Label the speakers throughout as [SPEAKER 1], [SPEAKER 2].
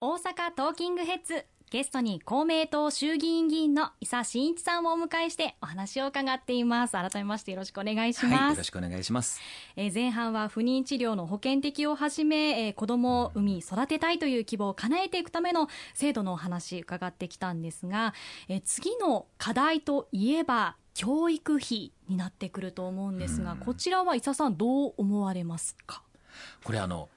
[SPEAKER 1] 大阪トーキングヘッズゲストに公明党衆議院議員の伊佐真一さんをお迎えしてお話を伺っています改めましてよろしくお願いし
[SPEAKER 2] はい、
[SPEAKER 1] ま
[SPEAKER 2] よ
[SPEAKER 1] す、
[SPEAKER 2] ろしくお願いします。
[SPEAKER 1] えー前半は不妊治療の保険適用をはじめ、えー子供を産み育てたいという希望を叶えていくための制度のお話伺ってきたんですが、えー次の課題といえば教育費になってくると思うんですが、
[SPEAKER 2] うん
[SPEAKER 1] こちらは伊佐さんどう思われますか
[SPEAKER 2] これあの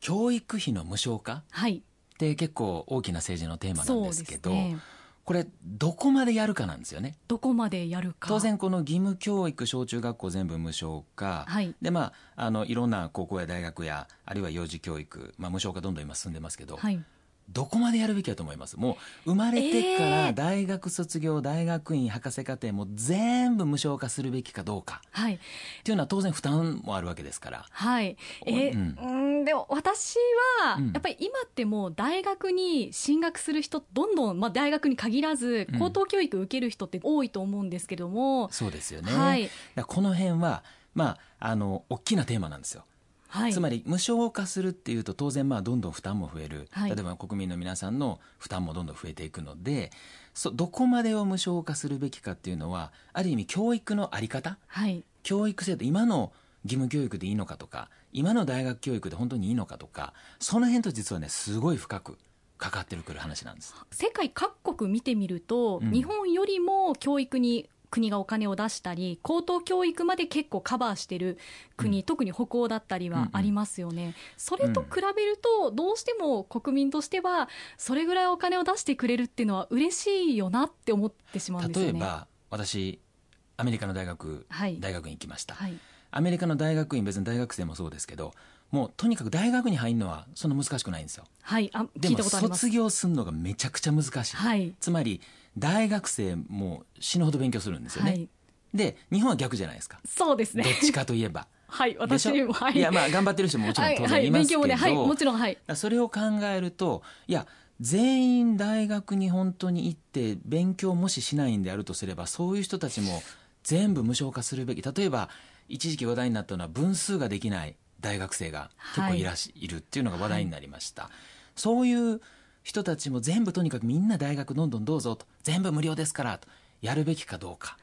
[SPEAKER 2] 教育費の無償化
[SPEAKER 1] はい
[SPEAKER 2] って結構大きな政治のテーマなんですけど、
[SPEAKER 1] そうですね
[SPEAKER 2] これどこまでやるかなんですよね。
[SPEAKER 1] どこまでやるか
[SPEAKER 2] 当然この義務教育小中学校全部無償化、
[SPEAKER 1] はい
[SPEAKER 2] でまああのいろんな高校や大学やあるいは幼児教育、まあ無償化どんどん今進んでますけど、
[SPEAKER 1] はい
[SPEAKER 2] どこまでやるべきだと思います。もう生まれて
[SPEAKER 1] え
[SPEAKER 2] か
[SPEAKER 1] ー
[SPEAKER 2] ら大学卒業、大学院博士課程も全部無償化するべきかどうか
[SPEAKER 1] はい
[SPEAKER 2] っていうのは当然負担もあるわけですから。
[SPEAKER 1] はい、えー
[SPEAKER 2] う
[SPEAKER 1] うん、でも私は
[SPEAKER 2] うん
[SPEAKER 1] やっぱり今ってもう大学に進学する人どんどん、まあ、大学に限らず
[SPEAKER 2] うん
[SPEAKER 1] 高等教育受ける人って多いと思うんですけども、
[SPEAKER 2] そうですよね。
[SPEAKER 1] はい、
[SPEAKER 2] だからこの辺は、まあ、あの大きなテーマなんですよ、
[SPEAKER 1] はい、
[SPEAKER 2] つまり無償化するっていうと当然まあどんどん負担も増える、
[SPEAKER 1] はい
[SPEAKER 2] 例えば国民の皆さんの負担もどんどん増えていくのでそどこまでを無償化するべきかっていうのはある意味教育の在り方
[SPEAKER 1] はい
[SPEAKER 2] 教育制度今の義務教育でいいのかとか今の大学教育で本当にいいのかとかその辺と実はねすごい深くかかってくる話なんです。
[SPEAKER 1] 世界各国見てみると、
[SPEAKER 2] うん
[SPEAKER 1] 日本よりも教育に国がお金を出したり高等教育まで結構カバーしてる国、特に北欧だったりはありますよね、それと比べるとどうしても国民としてはそれぐらいお金を出してくれるっていうのは嬉しいよなって思ってしまうんです
[SPEAKER 2] 例
[SPEAKER 1] よ
[SPEAKER 2] え
[SPEAKER 1] ね。
[SPEAKER 2] ば私アメリカの大学、
[SPEAKER 1] はい
[SPEAKER 2] 大学院行きました、
[SPEAKER 1] はい
[SPEAKER 2] アメリカの大学院別に大学生もそうですけどもうとにかく大学に入るのはそんな難しくないんですよ
[SPEAKER 1] はい、あ
[SPEAKER 2] で
[SPEAKER 1] 聞い
[SPEAKER 2] も
[SPEAKER 1] たことあります
[SPEAKER 2] 卒。業するのがめちゃくちゃ難しい、
[SPEAKER 1] はい、
[SPEAKER 2] つまり大学生も死ぬほど勉強するんですよ
[SPEAKER 1] は
[SPEAKER 2] ね、
[SPEAKER 1] い、
[SPEAKER 2] で日本は逆じゃないですか
[SPEAKER 1] そうです
[SPEAKER 2] どっ
[SPEAKER 1] ね。
[SPEAKER 2] ちかといえば
[SPEAKER 1] はい、
[SPEAKER 2] でしょ
[SPEAKER 1] 私もはい
[SPEAKER 2] いやまあ頑張ってる人ももちろ
[SPEAKER 1] は
[SPEAKER 2] ん
[SPEAKER 1] い、
[SPEAKER 2] 当
[SPEAKER 1] は
[SPEAKER 2] 然い
[SPEAKER 1] い、
[SPEAKER 2] ま
[SPEAKER 1] 勉
[SPEAKER 2] すけ
[SPEAKER 1] 強
[SPEAKER 2] ど、
[SPEAKER 1] もね、はい、もちろんはい、
[SPEAKER 2] だからそれを考えるといや全員大学に本当に行って勉強もししないんであるとすればそういう人たちも全部無償化するべき例えば一時期話題になったのは分数ができない大学生が結構いらし、い、るっていうのが話題になりました、そういう人たちも全部とにかくみんな大学どんどんどうぞと全部無料ですからとやるべきかどうか、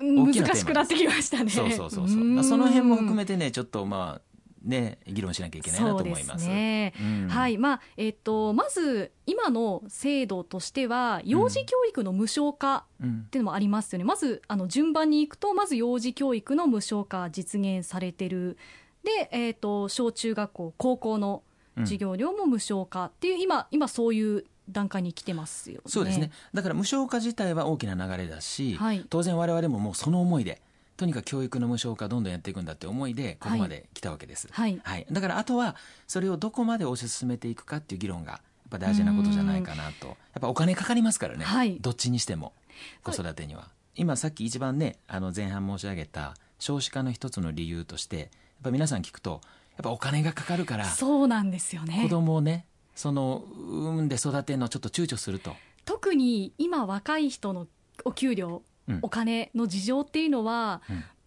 [SPEAKER 1] 難
[SPEAKER 2] 大きなテーマ
[SPEAKER 1] しくなってきましたね。
[SPEAKER 2] そうそうそうそうまあその辺も含めてねちょっとまあね議論しなきゃいけないなと思い
[SPEAKER 1] そう
[SPEAKER 2] ま。
[SPEAKER 1] ですすね。
[SPEAKER 2] うん
[SPEAKER 1] はい、まあえっとまず今の制度としては幼児教育の無償化
[SPEAKER 2] うん
[SPEAKER 1] っていうのもありますよね。まずあの順番にいくとまず幼児教育の無償化実現されてる。で、えっと小中学校高校の
[SPEAKER 2] うん
[SPEAKER 1] 授業料も無償化っていう、今今そういう段階に来てますよね。
[SPEAKER 2] そうですね。だから無償化自体は大きな流れだし、
[SPEAKER 1] はい
[SPEAKER 2] 当然我々ももうその思いでとにかく教育の無償化どんどんやっていくんだって思いでここまで来たわけです、
[SPEAKER 1] はい
[SPEAKER 2] だからあとはそれをどこまで推し進めていくかっていう議論がやっぱ大事なことじゃないかなとやっぱお金かかりますからね、
[SPEAKER 1] はい
[SPEAKER 2] どっちにしても子育てには今さっき一番ねあの前半申し上げた少子化の一つの理由としてやっぱ皆さん聞くとやっぱお金がかかるから
[SPEAKER 1] そうなんですよね。
[SPEAKER 2] 子供をねその産んで育てるのをちょっと躊躇すると。
[SPEAKER 1] 特に今若い人のお給料、
[SPEAKER 2] うん
[SPEAKER 1] お金の事情っていうのは、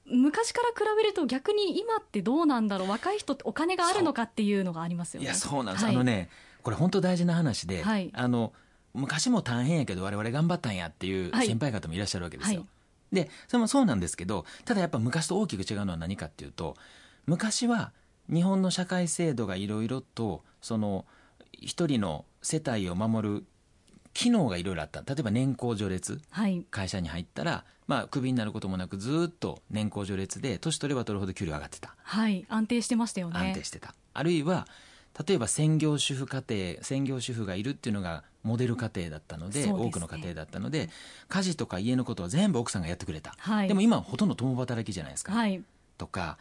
[SPEAKER 1] 昔から比べると逆に今ってどうなんだろう若い人ってお金があるのかっていうのがありますよ
[SPEAKER 2] い
[SPEAKER 1] ね。
[SPEAKER 2] やそうなんです、
[SPEAKER 1] はい
[SPEAKER 2] あのねこれ本当大事な話で、
[SPEAKER 1] はい
[SPEAKER 2] あの昔も大変やけど我々頑張ったんやっていう
[SPEAKER 1] はい
[SPEAKER 2] 先輩方もいらっしゃるわけですよ。
[SPEAKER 1] はい
[SPEAKER 2] でそれもそうなんですけどただやっぱ昔と大きく違うのは何かっていうと昔は日本の社会制度がいろいろとその一人の世帯を守る機能がいろいろあった例えば年功序列
[SPEAKER 1] はい
[SPEAKER 2] 会社に入ったら、まあ、クビになることもなくずっと年功序列で年取れば取るほど給料上がってた。
[SPEAKER 1] はい、安定してましたよね。
[SPEAKER 2] 安定してた、あるいは例えば専業主婦家庭専業主婦がいるっていうのがモデル家庭だったので
[SPEAKER 1] そうですね
[SPEAKER 2] 多くの家庭だったので家事とか家のことは全部奥さんがやってくれた、
[SPEAKER 1] はい
[SPEAKER 2] でも今はほとんど共働きじゃないですか、
[SPEAKER 1] はい
[SPEAKER 2] とか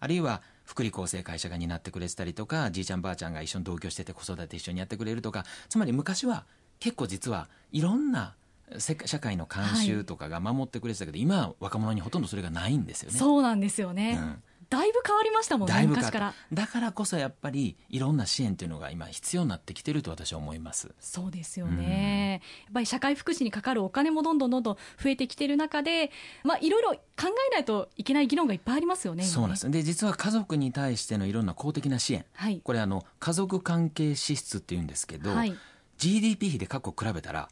[SPEAKER 2] あるいは福利厚生会社が担ってくれてたりとかじいちゃんばあちゃんが一緒に同居してて子育て一緒にやってくれるとかつまり昔は結構実はいろんなせ社会の慣習とかが守ってくれてたけど、今は若者にほとんどそれがないんですよね。
[SPEAKER 1] そうなんですよね。
[SPEAKER 2] うん
[SPEAKER 1] だいぶ変わりましたもんね
[SPEAKER 2] だいぶ変
[SPEAKER 1] 昔
[SPEAKER 2] わっ
[SPEAKER 1] か
[SPEAKER 2] た
[SPEAKER 1] ら
[SPEAKER 2] だからこそやっぱりいろんな支援というのが今必要になってきてると私は思います。
[SPEAKER 1] そうですよね、やっぱり社会福祉にかかるお金もどんどんどんどん増えてきてる中で、まあ、いろいろ考えないといけない議論がいっぱいありますよね、今ね
[SPEAKER 2] そうなんですで実は家族に対してのいろんな公的な支援
[SPEAKER 1] はい、
[SPEAKER 2] これあの家族関係支出っていうんですけど、
[SPEAKER 1] はい、
[SPEAKER 2] GDP 比で過去比べたら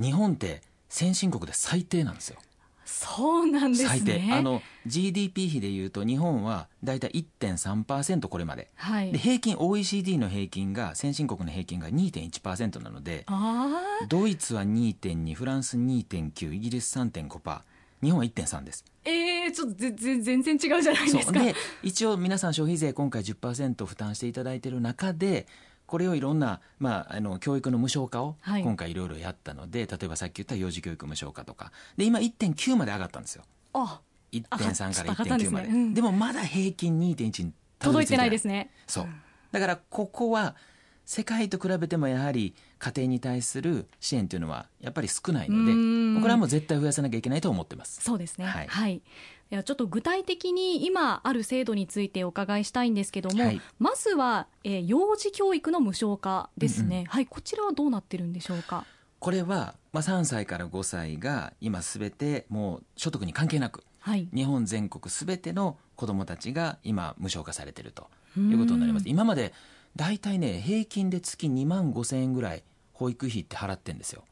[SPEAKER 2] 日本って先進国で最低なんですよ
[SPEAKER 1] そうなんですね。
[SPEAKER 2] 最低あの GDP 比でいうと日本はだいたい1.3%これまで
[SPEAKER 1] はい
[SPEAKER 2] で、平均 OECD の平均が先進国の平均が2.1%なので
[SPEAKER 1] ああ、
[SPEAKER 2] ドイツは2.2フランス2.9イギリス3.5%日本は1.3です
[SPEAKER 1] えー、ちょっとぜぜ全然違うじゃないで
[SPEAKER 2] そ
[SPEAKER 1] す
[SPEAKER 2] う
[SPEAKER 1] か。
[SPEAKER 2] で一応皆さん消費税今回10%負担していただいている中でこれをいろんな、まあ、あの教育の無償化を
[SPEAKER 1] はい
[SPEAKER 2] 今回いろいろやったので、例えばさっき言った幼児教育無償化とかで今1.9まで上がったんですよ
[SPEAKER 1] あ
[SPEAKER 2] 1.3から
[SPEAKER 1] あちょっと上がったんで
[SPEAKER 2] 1.9
[SPEAKER 1] す
[SPEAKER 2] ま
[SPEAKER 1] ね
[SPEAKER 2] でで,、
[SPEAKER 1] うん
[SPEAKER 2] もまだ平均2.1にたど
[SPEAKER 1] 届
[SPEAKER 2] り
[SPEAKER 1] い
[SPEAKER 2] 着いて
[SPEAKER 1] て
[SPEAKER 2] な
[SPEAKER 1] ないいですね。
[SPEAKER 2] そうだからここは世界と比べてもやはり家庭に対する支援というのはやっぱり少ないうの
[SPEAKER 1] ーん
[SPEAKER 2] でこれはもう絶対増やさなきゃいけないと思ってます。
[SPEAKER 1] そうですね。は。
[SPEAKER 2] はいい
[SPEAKER 1] ではちょっと具体的に今ある制度についてお伺いしたいんですけども、
[SPEAKER 2] はい
[SPEAKER 1] まずは、えー幼児教育の無償化ですね、
[SPEAKER 2] うんう
[SPEAKER 1] はい、こちらはどうなってるんでしょうか。
[SPEAKER 2] これは、まあ、3歳から5歳が今すべてもう所得に関係なく
[SPEAKER 1] はい。
[SPEAKER 2] 日本全国すべての子どもたちが今無償化されていると
[SPEAKER 1] と
[SPEAKER 2] いうことになります。今まで大体ね平均で月2万5千円ぐらい保育費って払ってんですよ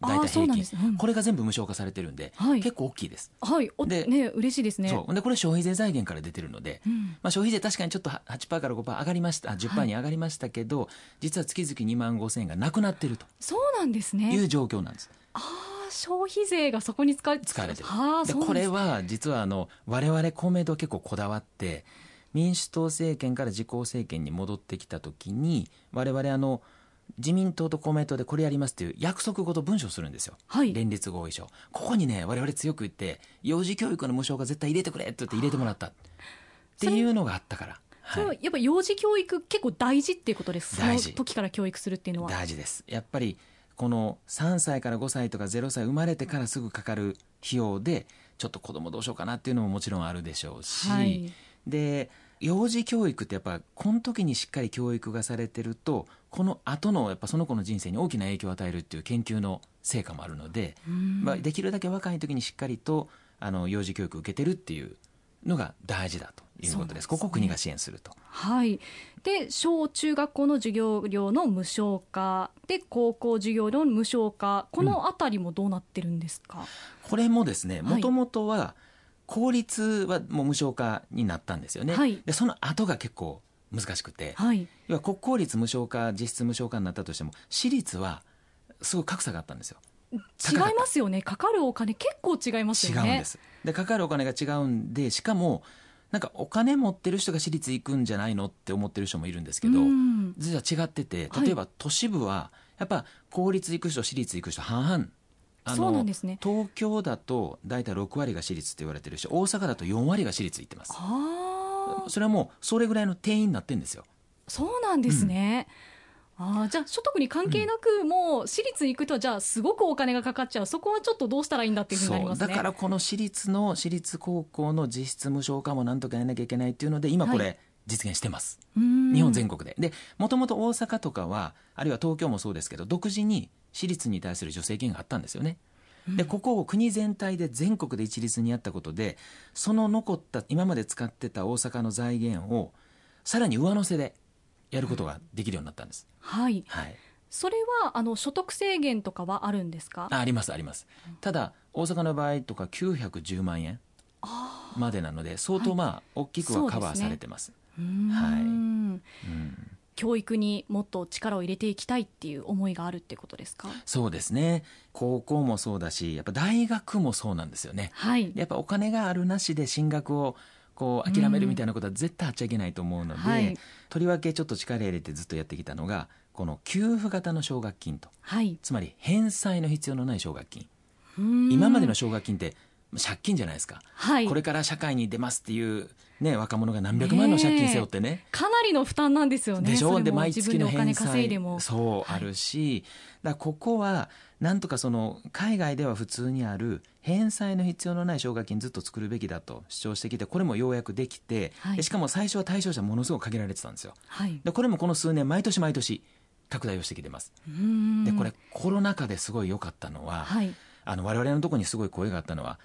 [SPEAKER 2] 大
[SPEAKER 1] ああ、
[SPEAKER 2] 体
[SPEAKER 1] そう
[SPEAKER 2] 平
[SPEAKER 1] なん
[SPEAKER 2] 均
[SPEAKER 1] ですね。うん
[SPEAKER 2] これが全部無償化されてるんで、
[SPEAKER 1] はい
[SPEAKER 2] 結構大きいです、
[SPEAKER 1] はい。お
[SPEAKER 2] で
[SPEAKER 1] ね、嬉しいですね。
[SPEAKER 2] そうでこれ消費税財源から出てるので、
[SPEAKER 1] うん
[SPEAKER 2] まあ、消費税確かにちょっとは8%から5%上がりましたあ
[SPEAKER 1] は
[SPEAKER 2] 10%
[SPEAKER 1] い
[SPEAKER 2] に上がりましたけど、実は月々2万5千円がなくなってると
[SPEAKER 1] そうなんです
[SPEAKER 2] い
[SPEAKER 1] ね。
[SPEAKER 2] う状況なんです
[SPEAKER 1] あー消費税がそこに使
[SPEAKER 2] 使われてる
[SPEAKER 1] ああ、
[SPEAKER 2] で
[SPEAKER 1] そうなん
[SPEAKER 2] こ
[SPEAKER 1] で
[SPEAKER 2] れ
[SPEAKER 1] すね
[SPEAKER 2] は実はあの我々公明党は結構こだわって民主党政権から自公政権に戻ってきた時に我々あの自民党と公明党でこれやりますっていう約束ごと文書をするんですよ、
[SPEAKER 1] はい
[SPEAKER 2] 連立合意書ここにね我々強く言って幼児教育の無償化絶対入れてくれって言って入れてもらったっていうのがあったから、はい
[SPEAKER 1] そうやっぱ幼児教育結構大事っていうことです。その
[SPEAKER 2] 大事
[SPEAKER 1] 時から教育するっていうのは。
[SPEAKER 2] 大事ですやっぱりこの3歳から5歳とか0歳生まれてからすぐかかる費用でちょっと子供どうしようかなっていうのももちろんあるでしょうし、
[SPEAKER 1] はい
[SPEAKER 2] で幼児教育ってやっぱこの時にしっかり教育がされてるとこの後のやっぱその子の人生に大きな影響を与えるっていう研究の成果もあるので、
[SPEAKER 1] うん
[SPEAKER 2] まあ、できるだけ若い時にしっかりとあの幼児教育を受けてるっていうのが大事だということです
[SPEAKER 1] そうなんですね
[SPEAKER 2] ここを国が支援すると
[SPEAKER 1] はい、で小中学校の授業料の無償化で高校授業料の無償化このあたりもどうなってるんですか、
[SPEAKER 2] これもです
[SPEAKER 1] は
[SPEAKER 2] ねも
[SPEAKER 1] い
[SPEAKER 2] ともとは公立はもう無償化になったんですよね、
[SPEAKER 1] はい
[SPEAKER 2] でその後が結構難しくて、
[SPEAKER 1] はい
[SPEAKER 2] 要は国公立無償化実質無償化になったとしても私立はすごい格差があったんですよ
[SPEAKER 1] 違いますよねかかるお金結構違います
[SPEAKER 2] 違
[SPEAKER 1] よ
[SPEAKER 2] うん
[SPEAKER 1] ね
[SPEAKER 2] ですでかかるお金が違うんでしかもなんかお金持ってる人が私立行くんじゃないのって思ってる人もいるんですけど
[SPEAKER 1] うん
[SPEAKER 2] 実は違ってて
[SPEAKER 1] はい
[SPEAKER 2] 例えば都市部はやっぱ公立行く人私立行く人半々あの
[SPEAKER 1] そうなんですね
[SPEAKER 2] 東京だと大体6割が私立って言われてるし大阪だと4割が私立行ってます
[SPEAKER 1] ああ
[SPEAKER 2] それはもうそれぐらいの定員になってんですよ
[SPEAKER 1] そうなんですね、ああじゃあ所得に関係なく、もう私立に行くとじゃあすごくお金がかかっちゃうそこはちょっとどうしたらいいんだっていうふうになり
[SPEAKER 2] そ
[SPEAKER 1] ま
[SPEAKER 2] う
[SPEAKER 1] すね
[SPEAKER 2] だからこの私立の私立高校の実質無償化もなんとかやらなきゃいけないっていうので今こ
[SPEAKER 1] は
[SPEAKER 2] れ実現してます、
[SPEAKER 1] うん
[SPEAKER 2] 日本全国ででもともと大阪とかはあるいは東京もそうですけど独自に私立に対する助成金があったんですよねでここを国全体で全国で一律にやったことでその残った今まで使ってた大阪の財源をさらに上乗せでやることができるようになったんです、
[SPEAKER 1] はい
[SPEAKER 2] はい、
[SPEAKER 1] それはあの所得制限とかはあるんですか
[SPEAKER 2] あありますありますただ大阪の場合とか910万円
[SPEAKER 1] あ
[SPEAKER 2] までなので相当まあ、大きくはカバーされてます
[SPEAKER 1] ーうーん
[SPEAKER 2] はうん
[SPEAKER 1] 教育にもっと力を入れていきたいっていう思いがあるってことですか
[SPEAKER 2] そうですね高校もそうだしやっぱ大学もそうなんですよね
[SPEAKER 1] はい
[SPEAKER 2] でやっぱお金があるなしで進学をこう諦めるみたいなことは絶対あっちゃいけないと思うので、
[SPEAKER 1] はい
[SPEAKER 2] とりわけちょっと力入れてずっとやってきたのがこの給付型の奨学金と
[SPEAKER 1] はい
[SPEAKER 2] つまり返済の必要のない奨学金
[SPEAKER 1] うーん
[SPEAKER 2] 今までの奨学金って借金じゃないですか、
[SPEAKER 1] はい
[SPEAKER 2] これから社会に出ますっていうね、若者が何百万の借金背負ってね
[SPEAKER 1] かなりの負担なんですよね。
[SPEAKER 2] でし
[SPEAKER 1] そ
[SPEAKER 2] ょ
[SPEAKER 1] れ
[SPEAKER 2] で
[SPEAKER 1] も
[SPEAKER 2] 毎
[SPEAKER 1] 自
[SPEAKER 2] 月
[SPEAKER 1] 分で
[SPEAKER 2] の
[SPEAKER 1] お金
[SPEAKER 2] 返
[SPEAKER 1] 稼いで
[SPEAKER 2] 済
[SPEAKER 1] も。
[SPEAKER 2] そう
[SPEAKER 1] はい
[SPEAKER 2] あるし、だからここはなんとかその海外では普通にある返済の必要のない奨学金ずっと作るべきだと主張してきてこれもようやくできて、
[SPEAKER 1] はい
[SPEAKER 2] でしかも最初は対象者ものすごく限られてたんですよ
[SPEAKER 1] はい。
[SPEAKER 2] でこれもこの数年毎年毎年拡大をしてきてます
[SPEAKER 1] うーん
[SPEAKER 2] でこれコロナ禍ですごい良かったのは、
[SPEAKER 1] はい。
[SPEAKER 2] あの我々のところにすごい声があったのは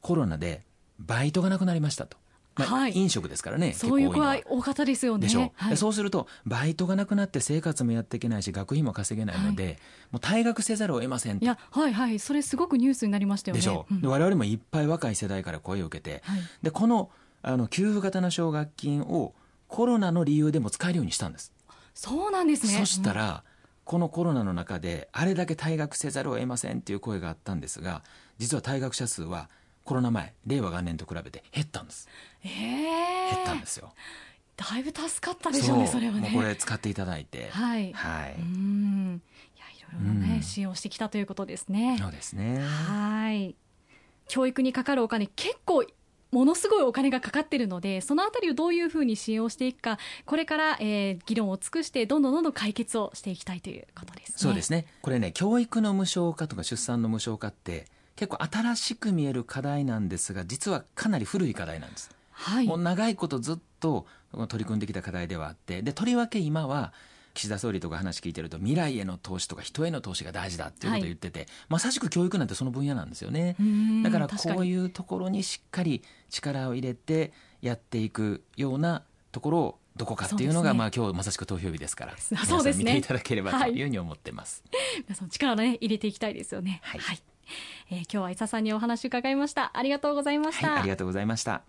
[SPEAKER 2] コロナでバイトがなくなりましたと、まあ
[SPEAKER 1] はい
[SPEAKER 2] 飲食ですからね
[SPEAKER 1] そういう子
[SPEAKER 2] 結構多のは
[SPEAKER 1] は多かったですよね。
[SPEAKER 2] でしょ、
[SPEAKER 1] はい。
[SPEAKER 2] そうするとバイトがなくなって生活もやっていけないし学費も稼げないので、もう退学せざるを得ませ
[SPEAKER 1] い
[SPEAKER 2] んと
[SPEAKER 1] や、はいはい、それすごくニュースになりましたよね。
[SPEAKER 2] でしょ、
[SPEAKER 1] うん
[SPEAKER 2] で我々もいっぱい若い世代から声を受けて、
[SPEAKER 1] はい
[SPEAKER 2] でこのあの給付型の奨学金をコロナの理由でも使えるようにしたんです、
[SPEAKER 1] そうなんですね。
[SPEAKER 2] そしたら、このコロナの中であれだけ退学せざるを得ませんっていう声があったんですが実は退学者数はコロナ前令和元年と比べて減ったんです
[SPEAKER 1] うん、ええ
[SPEAKER 2] 減ったんですよ、
[SPEAKER 1] だいぶ助かったでしょうね、それは
[SPEAKER 2] も
[SPEAKER 1] ね。
[SPEAKER 2] うこれ使っていただいて
[SPEAKER 1] はい。
[SPEAKER 2] は
[SPEAKER 1] うー
[SPEAKER 2] い、
[SPEAKER 1] ん。いや、いろいろなね、
[SPEAKER 2] うん
[SPEAKER 1] 支援をしてきたということですね。
[SPEAKER 2] そうですね
[SPEAKER 1] はい。教育にかかるお金、結構。ものすごいお金がかかってるので、そのあたりをどういうふうに支援をしていくか、これから、えー議論を尽くして、どんどんどんどん解決をしていきたいということですね。
[SPEAKER 2] そうですね。これね、教育の無償化とか出産の無償化って、結構新しく見える課題なんですが、実はかなり古い課題なんです。
[SPEAKER 1] はい。
[SPEAKER 2] もう長いことずっと取り組んできた課題ではあって、で、とりわけ今は、岸田総理とか話聞いてると未来への投資とか人への投資が大事だっていうことを言ってて、まさしく教育なんてその分野なんですよね
[SPEAKER 1] う。ーん
[SPEAKER 2] だから
[SPEAKER 1] 確か
[SPEAKER 2] こう
[SPEAKER 1] に
[SPEAKER 2] いうところにしっかり力を入れてやっていくようなところをどこかっていうの
[SPEAKER 1] そうで
[SPEAKER 2] が
[SPEAKER 1] すね
[SPEAKER 2] まあ今日まさしく投票日ですから
[SPEAKER 1] そう
[SPEAKER 2] 皆
[SPEAKER 1] そう
[SPEAKER 2] さ
[SPEAKER 1] で
[SPEAKER 2] ん
[SPEAKER 1] すね
[SPEAKER 2] 見ていただければ
[SPEAKER 1] は
[SPEAKER 2] と
[SPEAKER 1] い
[SPEAKER 2] いうふうに思ってます。
[SPEAKER 1] 皆さん力をね入れていきたいですよね。
[SPEAKER 2] はい
[SPEAKER 1] えー今日は伊佐さんにお話伺いました。ありがとうございまし
[SPEAKER 2] はい、
[SPEAKER 1] た。
[SPEAKER 2] ありがとうございました。